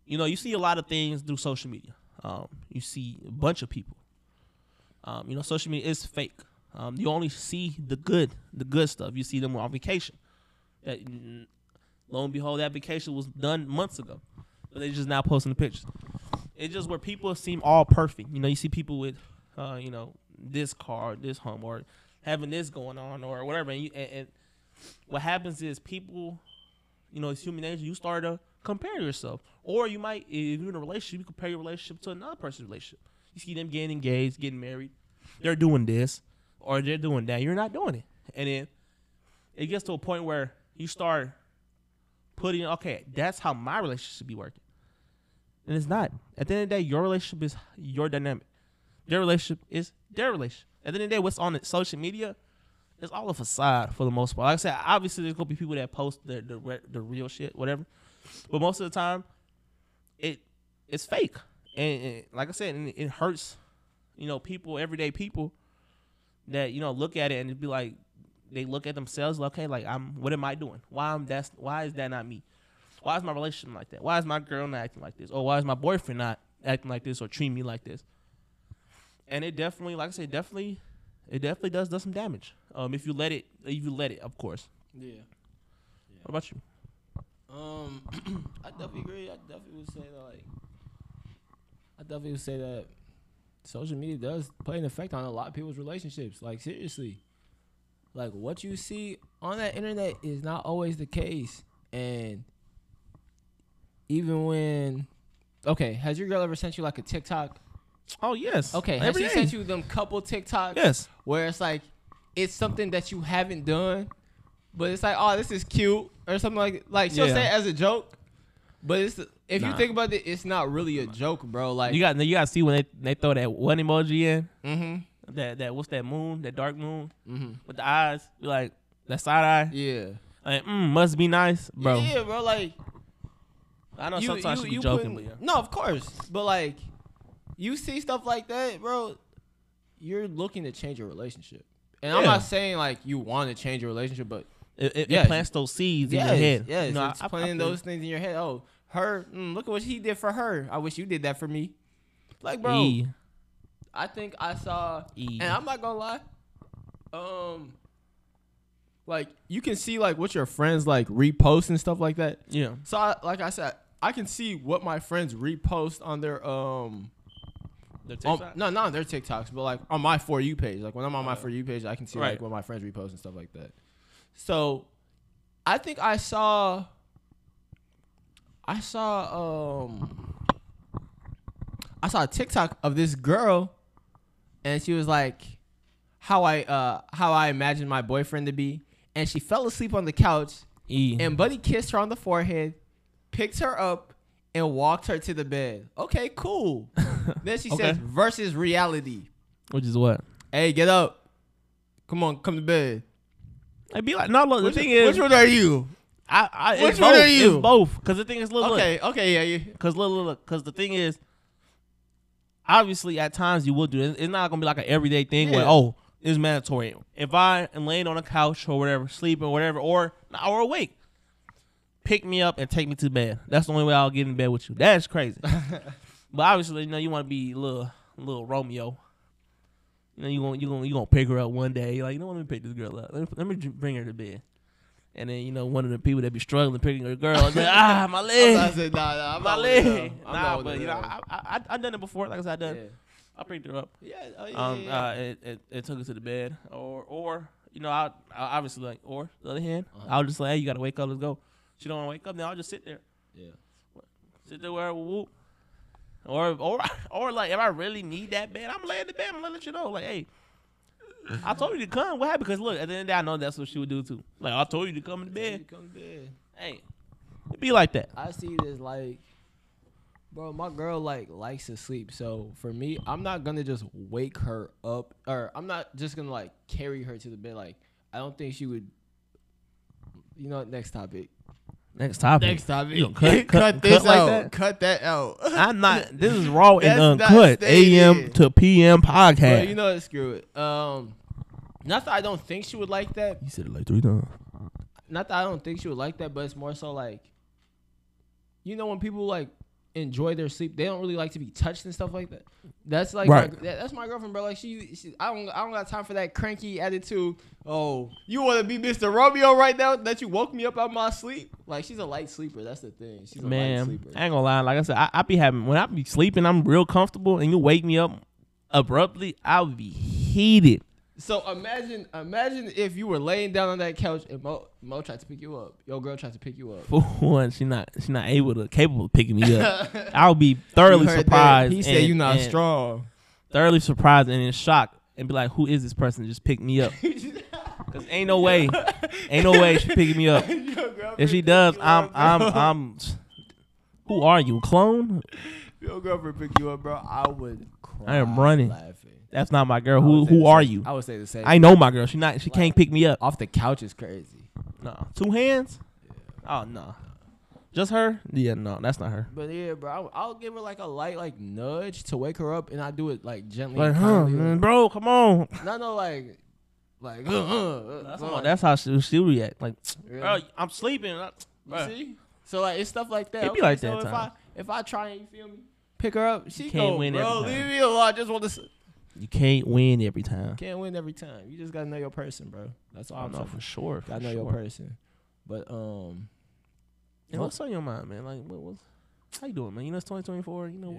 S1: You know, you see a lot of things through social media. Um, you see a bunch of people. Um, you know, social media is fake. Um, you only see the good, the good stuff. You see them on vacation. That, mm, lo and behold, that vacation was done months ago, but they just now posting the pictures. It's just where people seem all perfect. You know, you see people with, uh, you know, this car, this home, or having this going on, or whatever. And, you, and, and what happens is people, you know, it's human nature. You start to compare yourself, or you might, if you're in a relationship, you compare your relationship to another person's relationship. You see them getting engaged, getting married. They're doing this, or they're doing that. You're not doing it, and then it gets to a point where you start putting, okay, that's how my relationship should be working. And it's not. At the end of the day, your relationship is your dynamic. Their relationship is their relationship. At the end of the day, what's on the social media is all a facade for the most part. Like I said, obviously there's gonna be people that post the the, re- the real shit, whatever. But most of the time, it it's fake. And, and like I said, and it hurts, you know, people, everyday people that you know look at it and be like, they look at themselves like, okay, like I'm what am I doing? Why am that's why is that not me? Why is my relationship like that? Why is my girl not acting like this? Or why is my boyfriend not acting like this or treating me like this? And it definitely, like I said, definitely, it definitely does does some damage. Um, if you let it, if you let it, of course.
S2: Yeah.
S1: What about you?
S2: Um, I definitely agree. I definitely would say that, like, I definitely would say that social media does play an effect on a lot of people's relationships. Like, seriously, like what you see on that internet is not always the case. And even when, okay, has your girl ever sent you like a TikTok?
S1: Oh yes.
S2: Okay, has
S1: Every
S2: she
S1: day.
S2: sent you them couple TikToks?
S1: Yes.
S2: where it's like it's something that you haven't done, but it's like, oh, this is cute or something like like she'll
S1: Yeah.
S2: say it as a joke, but it's if
S1: Nah.
S2: you think about it, it's not really a joke, bro. Like,
S1: You got you got to see when they, they throw that one emoji in
S2: mm-hmm,
S1: that that what's that moon that dark moon
S2: mm-hmm,
S1: with the eyes you like that side eye
S2: yeah,
S1: like mm, must be nice bro.
S2: yeah, bro. Like,
S1: I know
S2: you,
S1: sometimes
S2: you,
S1: you, be
S2: you
S1: joking, but
S2: putting-
S1: yeah.
S2: no, of course, but like, you see stuff like that, bro. You're looking to change your relationship, and I'm
S1: Yeah.
S2: not saying like you want to change your relationship, but
S1: It, it,
S2: Yes.
S1: it plants those seeds
S2: yes,
S1: in your head.
S2: yes,
S1: You know,
S2: it's
S1: I- I- I
S2: playing
S1: feel-
S2: those things in your head. Oh, her, mm, look at what he did for her. I wish you did that for me. Like, bro,
S1: Yeah.
S2: I think I saw,
S1: E.
S2: and I'm not gonna lie, um, like you can see like what your friends like repost and stuff like that.
S1: Yeah.
S2: So, I, like I said, I can see what my friends repost on their um, um no, not on their TikToks, but like on my for you page. Like when I'm on my for you page, I can see like
S1: Right.
S2: what my friends repost and stuff like that. So, I think I saw, I saw um, I saw a TikTok of this girl, and she was like, how I uh how I imagined my boyfriend to be, and she fell asleep on the couch
S1: E.
S2: and Buddy kissed her on the forehead, picked her up, and walked her to the bed. Okay, cool. then she says,
S1: Okay.
S2: versus reality.
S1: Which is what?
S2: Hey, get up. Come on, come to bed.
S1: I'd be like, no, look, the
S2: Which,
S1: thing
S2: which
S1: is,
S2: one are you?
S1: I, I,
S2: which
S1: it's
S2: one
S1: both.
S2: are you?
S1: It's both. Because the thing is, look, look.
S2: Okay, okay, yeah, you.
S1: Because look, look, look. Because the thing is, obviously, at times you will do it. It's not gonna be like an everyday thing where
S2: Yeah.
S1: oh, it's mandatory. If I am laying on a couch or whatever, sleeping or whatever, or or awake, pick me up and take me to bed. That's the only way I'll get in bed with you. That's crazy. but obviously, you know, you want to be little little Romeo. You know, you gonna you gonna you gonna pick her up one day. You're like, you know, what, let me pick this girl up. Let me, let me j- bring her to bed. And then you know, one of the people that be struggling picking her girl, is like, ah, my leg
S2: I said, nah, nah, I'm
S1: my
S2: not with
S1: leg.
S2: them. I'm not
S1: Nah,
S2: with
S1: but you know,
S2: them.
S1: I, I I- I done it before. Like I said, I
S2: yeah,
S1: done. I picked her up.
S2: yeah, oh, yeah,
S1: Um,
S2: yeah, yeah.
S1: uh, it, it it took her to the bed, or or you know, I, I obviously like or the other hand,
S2: Uh-huh.
S1: I was just like, hey, you gotta wake up, let's go. She don't want to wake up, then I'll just sit there,
S2: yeah.
S1: sit there where whoop. Or or or like if I really need that bed, I'm laying in the bed. I'm gonna let you know, like, hey, I told you to come. What happened? Because look, at the end of the day, I know that's what she would do too. Like I told you to come in the bed.
S2: Come to bed.
S1: Hey, it be like that.
S2: I see this like, bro, my girl like likes to sleep. So for me, I'm not gonna just wake her up, or I'm not just gonna like carry her to the bed. Like I don't think she would. You know, what? next topic.
S1: Next topic.
S2: Next topic.
S1: You gonna cut- cut- cut like that?
S2: Cut that out.
S1: I'm not. This is raw and
S2: That's not
S1: uncut.
S2: stated.
S1: AM to PM podcast.
S2: But you know, what? screw it. Um, not that I don't think she would like that.
S1: you said it like three times.
S2: Not that I don't think she would like that, but it's more so like, you know, when people like enjoy their sleep, they don't really like to be touched and stuff like that. That's like,
S1: Right.
S2: my, that- that's my girlfriend, bro. Like she, she, I don't, I don't got time for that cranky attitude. Oh, you want to be Mr. Romeo right now that you woke me up out of my sleep? Like she's a light sleeper. That's the thing. She's a light
S1: Man,
S2: sleeper.
S1: I ain't gonna lie. Like I said, I, I be having when I be sleeping, I'm real comfortable, and you wake me up abruptly, I'll be heated.
S2: So imagine, imagine if you were laying down on that couch and Mo, Mo tried to pick you up. Your girl tried to pick you up.
S1: For one, she not she not able to capable of picking me up. I'll be thoroughly surprised.
S2: He said
S1: and-
S2: you not
S1: and
S2: strong.
S1: Thoroughly surprised and in shock, and be like, "Who is this person? that Just picked me up." Cause ain't no way, ain't no way she picking me up. If she does, I'm I'm I'm. Who are you, clone?
S2: Your girlfriend pick you up, bro. I would. Cry
S1: I am running.
S2: Laughing.
S1: That's not my girl.
S2: I
S1: Who
S2: would say
S1: who
S2: the
S1: are
S2: same-
S1: you?
S2: I would say the same.
S1: I know my girl. She not. She can't pick me up.
S2: off the couch is crazy.
S1: No, two hands. Oh no, just her. Yeah, no, that's not her.
S2: But yeah, bro, I'll, I'll give her like a light like nudge to wake her up, and I do it like gently.
S1: Like,
S2: and
S1: huh,
S2: kindly.
S1: man, bro? Come on.
S2: No, no, like Like, uh, uh,
S1: That's,
S2: uh,
S1: how, that's how she she react. Like,
S2: Really?
S1: bro, I'm sleeping. I,
S2: You
S1: bruh,
S2: see? So like it's stuff like that.
S1: It be
S2: Okay,
S1: like
S2: so
S1: that
S2: if
S1: time.
S2: I if I try and you feel me, pick her up. She
S1: can't
S2: go,
S1: win every
S2: bro.
S1: time."
S2: Leave me alone. I just want to. s-
S1: you can't win every time.
S2: Can't win every time. You just gotta know your person, bro. That's all
S1: I
S2: I'm
S1: know
S2: saying.
S1: for sure. For
S2: Gotta know your
S1: sure.
S2: person. But um,
S1: And what's on your mind, man? Like, what, what, how you doing, man? You know, it's 2024. You know,
S2: Yeah.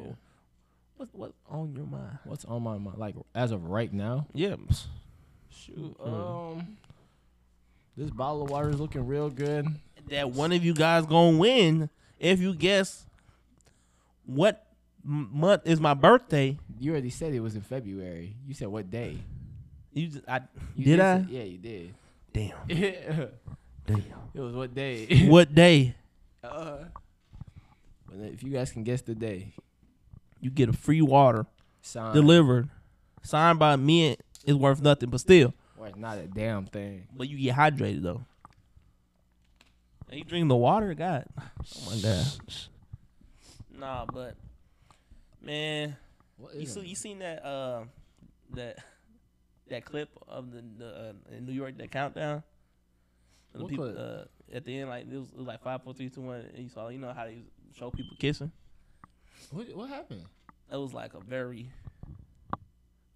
S1: what, what, what on your mind?
S2: what's on my mind? Like as of right now,
S1: Yeah, ps-
S2: shoot.
S1: Hmm.
S2: Um, this bottle of water is looking real good.
S1: that one of you guys gonna win if you guess what m- month is my birthday.
S2: You already said it was in February. You said what day?
S1: You, just, I
S2: You
S1: did I?
S2: say- yeah, you did.
S1: Damn,
S2: it
S1: damn.
S2: was what day?
S1: what day?
S2: Uh, but if you guys can guess the day,
S1: You get a free water
S2: sign.
S1: delivered, signed by me. It's worth nothing, but still,
S2: Or it's not a damn thing.
S1: but you get hydrated though. And you drink the water, God. Oh my God. Nah, but man,
S2: What
S1: You see, you seen that uh, that that clip of the, the uh, in New York that countdown? And the
S2: What
S1: people
S2: clip?
S1: uh, at the end, like it was, it was like five, four, three, two, one, and you saw you know how they show people kissing.
S2: what, what happened?
S1: It was like a very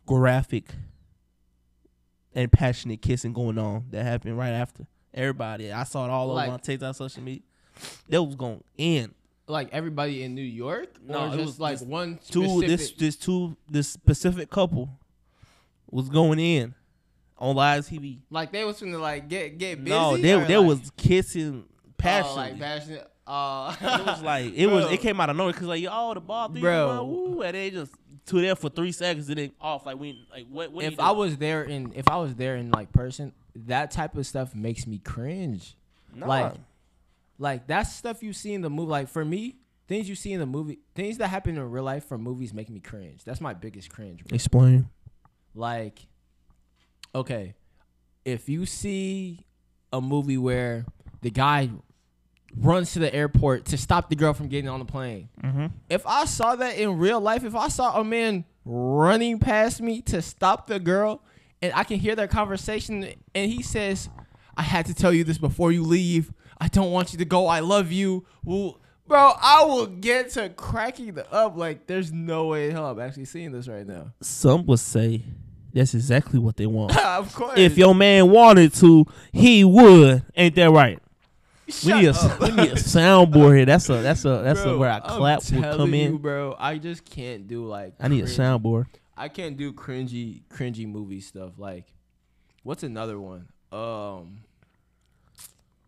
S1: graphic and passionate kissing going on that happened right after everybody. I saw it all
S2: Like-
S1: over on TikTok, social media. That was going in.
S2: Like everybody in New York?
S1: No,
S2: or
S1: it
S2: just
S1: was
S2: like
S1: just
S2: one
S1: two
S2: specific,
S1: this this two this specific couple was going in on live TV.
S2: like they was finna like get get busy.
S1: No, they
S2: or,
S1: they
S2: like,
S1: was kissing
S2: oh,
S1: passionately.
S2: like passionate. Uh,
S1: it was like it was
S2: Bro.
S1: it came out of nowhere because like oh the ball three
S2: Bro.
S1: run, woo, and they just two there for three seconds and then off like we like what, what
S2: if I was there in if I was there in like person, that type of stuff makes me cringe. like like that's stuff you see in the movie. Like for me, things you see in the movie, things that happen in real life from movies make me cringe. That's my biggest cringe. Bro.
S1: explain
S2: Like, okay, if you see a movie where the guy runs to the airport to stop the girl from getting on the plane, if I saw that in real life, if I saw a man running past me to stop the girl, and I can hear their conversation, and he says, "I had to tell you this before you leave. I don't want you to go. I love you." Well, bro, I will get to cracking the up. Like, there's no way in hell I'm actually seeing this right now.
S1: some would say that's exactly what they want.
S2: of course.
S1: if your man wanted to, he would. Ain't that right? we
S2: Shut
S1: need a
S2: up.
S1: we need a soundboard here. That's a that's a that's a,
S2: Bro,
S1: where I
S2: I'm
S1: clap would
S2: telling
S1: come in.
S2: you, bro. I just can't do like.
S1: I need a
S2: cringe-
S1: soundboard.
S2: I can't do cringy, cringy movie stuff. Like, what's another one? Um,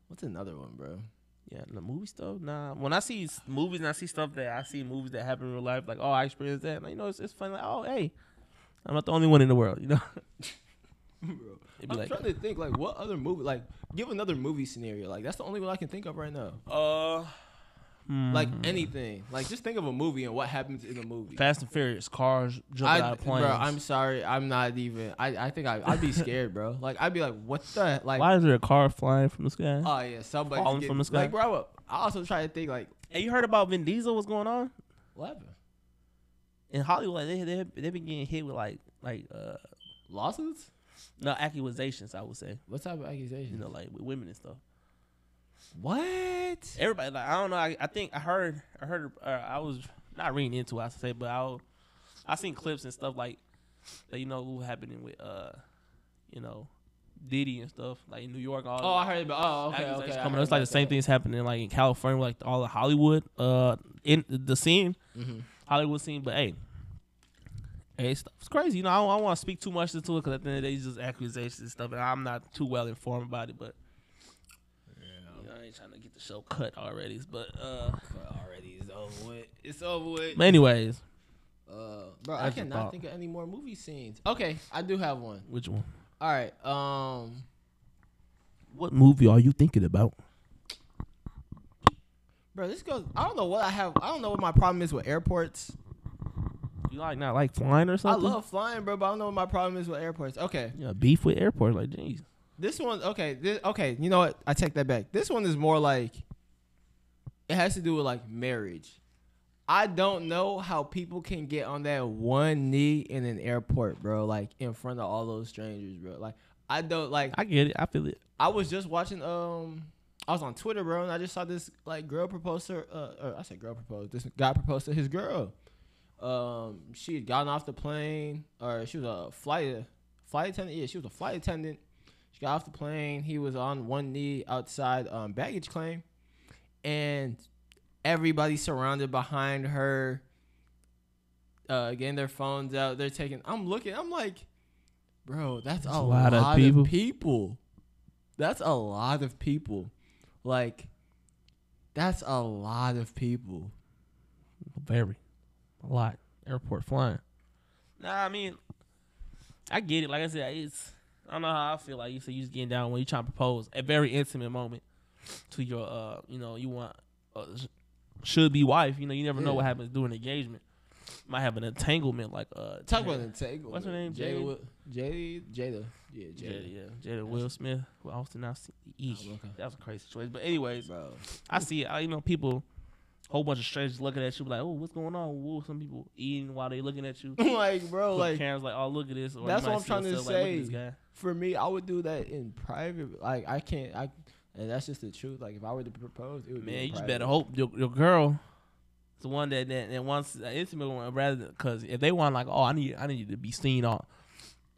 S2: what's another one, bro?
S1: Yeah, the movie stuff. Nah, when I see s- movies and I see stuff that I see movies that happen in real life, like oh, I experienced that. Like, you know, it's it's fun. Like oh, hey, I'm not the only one in the world. You know,
S2: bro
S1: it'd be
S2: I'm
S1: like
S2: trying to think, like, what other movie? Like, give another movie scenario. Like, that's the only one I can think of right now.
S1: uh,
S2: Like anything. Like, just think of a movie and what happens in the movie.
S1: hmm. Fast and Furious cars
S2: I,
S1: jumping out of
S2: bro,
S1: planes.
S2: I'm sorry. I'm not even. I, I think I, I'd be scared, bro. Like, I'd be like, what the? Like,
S1: Why is there a car flying from the sky?
S2: Oh yeah, somebody
S1: Falling
S2: get-
S1: from the sky?
S2: Like, bro, I wa- I also try to think like
S1: hey, you heard about Vin Diesel? What's going on
S2: what happened?
S1: in Hollywood? Like, they they they been getting hit with like like uh
S2: Lawsuits?
S1: no accusations. I would say
S2: What type of accusation?
S1: you know like with women and stuff.
S2: what?
S1: everybody like I don't know. I, I think I heard I heard uh, I was not reading into it, I should say, but I I seen clips and stuff like that. You know what happening with uh you know Diddy and stuff like in New York. All
S2: Oh, I heard about. Oh, okay,
S1: accusations
S2: okay. I
S1: coming.
S2: heard
S1: It's like the
S2: about
S1: same
S2: that.
S1: things happening like in California, like all the Hollywood uh in the scene,
S2: Mm-hmm.
S1: Hollywood scene. But hey. Hey, stuff's crazy. You know, I don't, want to speak too much into it because at the end of the day, it's just accusations and stuff, and I'm not too well informed about it. But you know, I ain't trying to get the show cut already. But uh,
S2: But already it's over with. It's over with.
S1: but anyways,
S2: Uh, bro, I
S1: That's a
S2: cannot
S1: thought.
S2: think of any more movie scenes. Okay, I do have one.
S1: which one?
S2: All right. Um,
S1: What movie are you thinking about?
S2: bro, this goes. I don't know what I have. I don't know what my problem is with airports.
S1: You like not like flying or something?
S2: I love flying, bro, but I don't know what my problem is with airports. Okay.
S1: yeah beef with airports. Like, jeez,
S2: This one, okay, this, okay. You know what? I take that back. This one is more like it has to do with like marriage. I don't know how people can get on that one knee in an airport, bro. Like in front of all those strangers, bro. Like I don't like.
S1: I get it. I feel it.
S2: I was just watching. Um, I was on Twitter, bro, and I just saw this like girl propose to. her- Uh, or I said girl proposed. This guy proposed to his girl. Um, she had gotten off the plane, or she was a flight flight attendant. Yeah, she was a flight attendant. She got off the plane. He was on one knee outside um, baggage claim, and everybody surrounded behind her. Uh, getting their phones out, they're taking. I'm looking. I'm like, bro, that's, a lot, of people. That's a lot of people. Like, that's a lot of people.
S1: Very, a lot. Airport flying. Nah, I mean, I get it. Like I said, it's I don't know how I feel. Like you said, you just getting down when you trying to propose a very intimate moment to your, uh, you know, you want uh, sh- should be wife. You know, you never know
S2: Yeah.
S1: what happens during engagement. Might have an entanglement, like uh,
S2: Talk about Nintendo.
S1: What's her name?
S2: Jada.
S1: Jada?
S2: Wi- Jada. Jada. Yeah, Jada.
S1: Jada, yeah, Jada Will Smith, with Austin Austin. Eesh,
S2: Oh, okay.
S1: That was a crazy choice. But anyways,
S2: Bro.
S1: I see it. I, you know, people, whole bunch of strangers looking at you, like, oh, what's going on? Woo, some people eating while they looking at you.
S2: I'm like, bro,
S1: Put
S2: like,
S1: cameras like, oh, look at this. Or you
S2: That's
S1: might
S2: what I'm
S1: see on
S2: trying to
S1: stuff, like, look at this
S2: say.
S1: guy.
S2: for me, I would do that in private. Like, I can't, I, and that's just the truth. Like, if I were to propose, it would be.
S1: Man,
S2: in
S1: you just
S2: private.
S1: better hope your, your girl is the one that that, that wants an intimate one rather than because if they want like, oh, I need I need to be seen all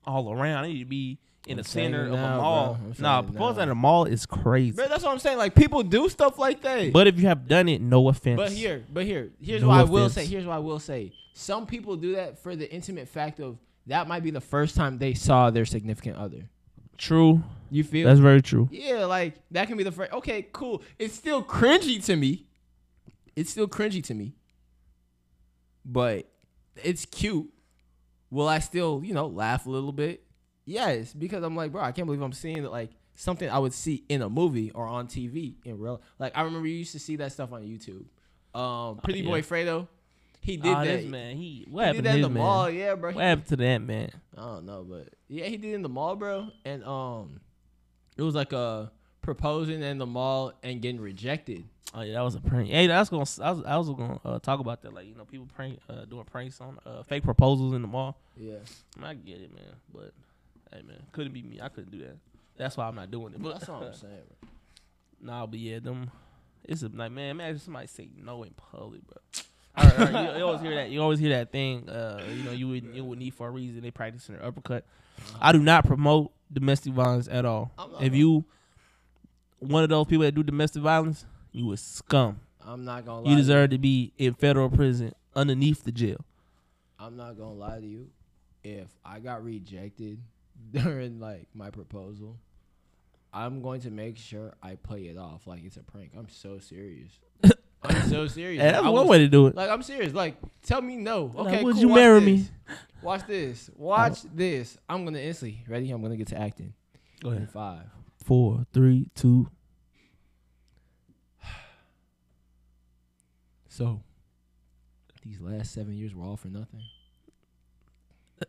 S1: all around. I need to be in
S2: I'm
S1: the
S2: saying
S1: center
S2: it
S1: of
S2: now,
S1: a
S2: bro.
S1: mall.
S2: I'm
S1: Nah,
S2: saying it
S1: proposing
S2: now.
S1: at a mall is crazy.
S2: Bro, that's what I'm saying. Like, people do stuff like that.
S1: but if you have done it, no offense.
S2: But here, but here, here's
S1: No
S2: what I will
S1: offense.
S2: say. Here's what I will say. Some people do that for the intimate fact of that might be the first time they saw their significant other.
S1: true.
S2: You feel?
S1: That's very true.
S2: yeah, like that can be the first. Okay, cool. It's still cringy to me. It's still cringy to me. But it's cute. Will I still, you know, laugh a little bit? Yes, because I'm like, bro, I can't believe I'm seeing like something I would see in a movie or on TV in real. Like I remember you used to see that stuff on YouTube. Um, Pretty
S1: Oh, yeah.
S2: Boy Fredo, he did
S1: oh,
S2: that.
S1: this man, he what
S2: He
S1: happened to
S2: did that in
S1: his
S2: the
S1: man?
S2: mall, yeah, bro. He
S1: What happened to that man?
S2: I don't know, but yeah, he did in the mall, bro. And um, it was like a proposing in the mall and getting rejected.
S1: Oh yeah, that was a prank. Hey, that's gonna. I was, I was gonna uh, talk about that. Like you know, people prank uh, doing pranks on uh, fake proposals in the mall.
S2: Yeah,
S1: I get it, man. But hey, man, couldn't be me. I couldn't do that. That's why I'm not doing it. But
S2: that's what I'm saying. Bro.
S1: nah, but yeah, them. It's a, like man, imagine somebody say no in public, bro. All right, all right, you, you always hear that. You always hear that thing. Uh, you know, you would you would need for a reason. They practicing their uppercut. I do not promote domestic violence at all.
S2: I'm not-
S1: If you one of those people that do domestic violence, you a scum.
S2: I'm not gonna lie.
S1: You
S2: to
S1: deserve to be in federal prison underneath the jail.
S2: I'm not gonna lie to you. If I got rejected during like my proposal, I'm going to make sure I play it off like it's a prank. I'm so serious. I'm so serious.
S1: Yeah, that's
S2: I
S1: one
S2: was-
S1: way to do it.
S2: Like I'm serious. Like tell me no.
S1: Like,
S2: Okay,
S1: would
S2: cool,
S1: you
S2: watch
S1: marry me?
S2: this. Watch this. Watch this. I'm gonna instantly ready. I'm gonna get to acting.
S1: Go
S2: In
S1: ahead.
S2: five.
S1: Four, three, two.
S2: So these last seven years were all for nothing.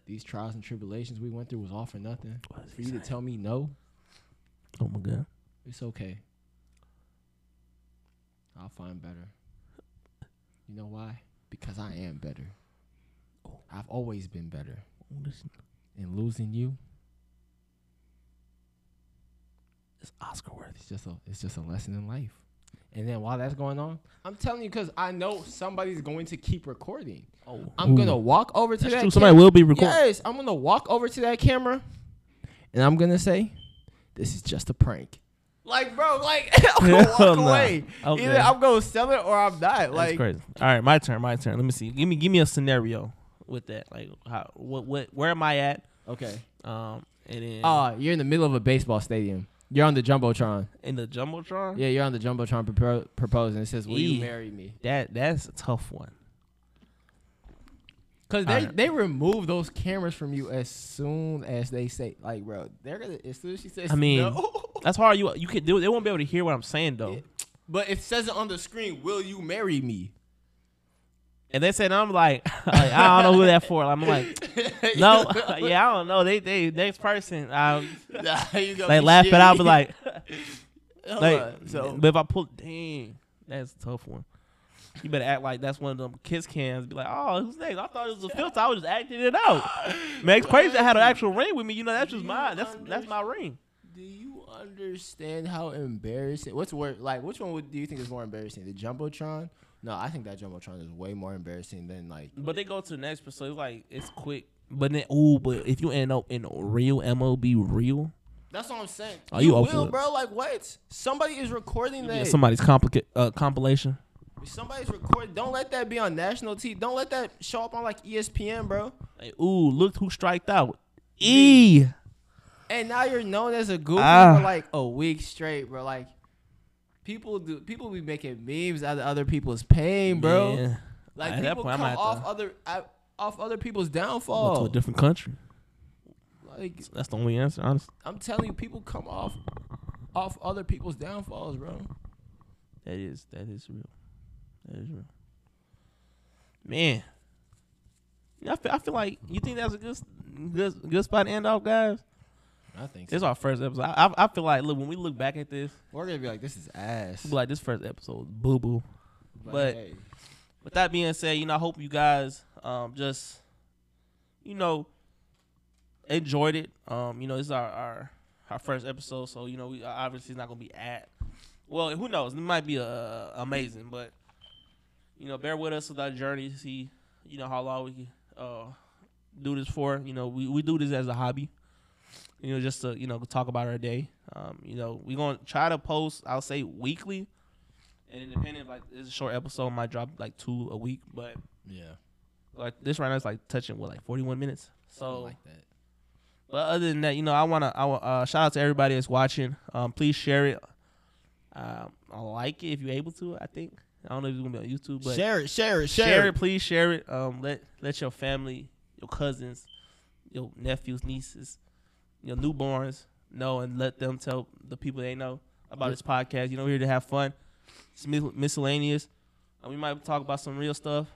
S2: These trials and tribulations we went through was all for nothing.
S1: What is
S2: For
S1: he
S2: you to
S1: saying?
S2: tell me no,
S1: Oh my god.
S2: it's okay. I'll find better. You know why? Because I am better.
S1: Oh.
S2: I've always been better.
S1: Listen,
S2: And losing you,
S1: it's Oscar worthy.
S2: it's just a it's just a lesson in life. And then while that's going on, I'm telling you because I know somebody's going to keep recording.
S1: Oh,
S2: I'm gonna walk over to
S1: That's
S2: that.
S1: true. Somebody will be recording.
S2: Yes, I'm gonna walk over to that camera, and I'm gonna say, "This is just a prank." Like, bro, like I'm gonna walk
S1: Hell nah.
S2: away.
S1: Okay.
S2: Either I'm gonna sell it or I'm not.
S1: That's
S2: Like,
S1: crazy. All right, my turn. My turn. Let me see. Give me give me a scenario with that. Like, how? What? What? Where am I at?
S2: okay.
S1: Um, and then
S2: Uh, you're in the middle of a baseball stadium. You're on the jumbotron.
S1: in the jumbotron.
S2: Yeah, you're on the jumbotron propo- proposing. It says, "Will
S1: Eee.
S2: you marry me?"
S1: That that's a tough one.
S2: Because they
S1: Alright.
S2: they remove those cameras from you as soon as they say, like, bro, they're gonna as soon as she says,
S1: I mean,
S2: no.
S1: That's hard. You you can do. They won't be able to hear what I'm saying though.
S2: Yeah. But it says it on the screen, will you marry me?
S1: And they said I'm like, like, I don't know who that for. I'm like, no, yeah, I don't know. They they next person. I
S2: Nah, you gonna
S1: like
S2: be
S1: laugh it out,
S2: shitty.
S1: but like
S2: Hold
S1: like
S2: on, so
S1: but if I pull, dang, that's a tough one. You better act like that's one of them kiss cams. Be like, oh, who's next? I thought it was a filter. I was just acting it out. Max Crazy had an actual ring with me. You know, that's just mine. That's that's my ring.
S2: Do you understand how embarrassing? What's word like? Which one would, do you think is more embarrassing? The jumbotron? No, I think that jumbotron is way more embarrassing than like.
S1: But they go to the next person. So it's like it's quick. But then, ooh, but if you end up in a real MOB, real,
S2: That's what I'm saying.
S1: Oh, you open
S2: will,
S1: up.
S2: bro. Like what? Somebody is recording
S1: yeah,
S2: that.
S1: somebody's complica- uh, compilation.
S2: Somebody's recording. Don't let that be on national TV. Don't let that show up on like E ESPN, bro.
S1: Like, ooh, look who striked out. E.
S2: And now you're known as a goofy
S1: Ah.
S2: for like a week straight, bro. Like people do. People be making memes out of other people's pain, bro.
S1: Yeah.
S2: Like
S1: At that
S2: people
S1: point, I
S2: come
S1: might have
S2: off
S1: to-
S2: other uh, off other people's
S1: Go to
S2: downfall.
S1: a different country.
S2: Like
S1: That's the only answer, honestly.
S2: I'm telling you, people come off off other people's downfalls, bro.
S1: That is that is real. That is real. Man, I feel, I feel like you think that's a good s- good good spot to end off, guys.
S2: I think
S1: This is our first episode. I, I I feel like look when we look back at this,
S2: We're gonna be like, this is ass.
S1: we be like this first episode was boo boo. but-
S2: hey,
S1: With that being said, you know, I hope you guys um just you know enjoyed it. Um, you know, this is our our, our first episode, so you know, we uh, obviously it's not gonna be at well, who knows? It might be uh, amazing, but you know, bear with us with our journey to see, you know, how long we can uh do this for. You know, we, we do this as a hobby. You know, just to, you know, talk about our day. Um, you know, we're gonna try to post, I'll say weekly. And it depending if, like it's a short episode, might drop like two a week, but
S2: yeah,
S1: like this right now is like touching what like forty one minutes.
S2: something
S1: So
S2: like that.
S1: but other than that, you know, I wanna I wa- uh, shout out to everybody that's watching. Um, please share it. Um, I like it if you're able to. I think I don't know if it's gonna be on YouTube, but
S2: share it, share it, share,
S1: share, it.
S2: it.
S1: Please share it. Um, let let your family, your cousins, your nephews, nieces, your newborns know, and let them tell the people they know about this podcast. You know, we're here to have fun. It's mis- miscellaneous. Uh, we might talk about some real stuff,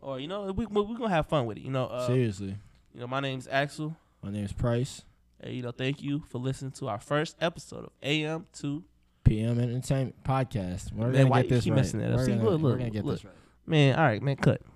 S1: or you know, we we- we gonna have fun with it. You know, uh, you
S2: Seriously,
S1: know, my name's Axel.
S2: my name is Price.
S1: Hey, you know, thank you for listening to our first episode of AM Two.
S2: PM Entertainment Podcast. We're
S1: Man,
S2: gonna
S1: why
S2: get
S1: you
S2: this
S1: keep
S2: right.
S1: messing that up?
S2: We're
S1: See,
S2: gonna-
S1: look,
S2: we're
S1: look,
S2: gonna get
S1: look.
S2: this right.
S1: Man, all right, man, cut.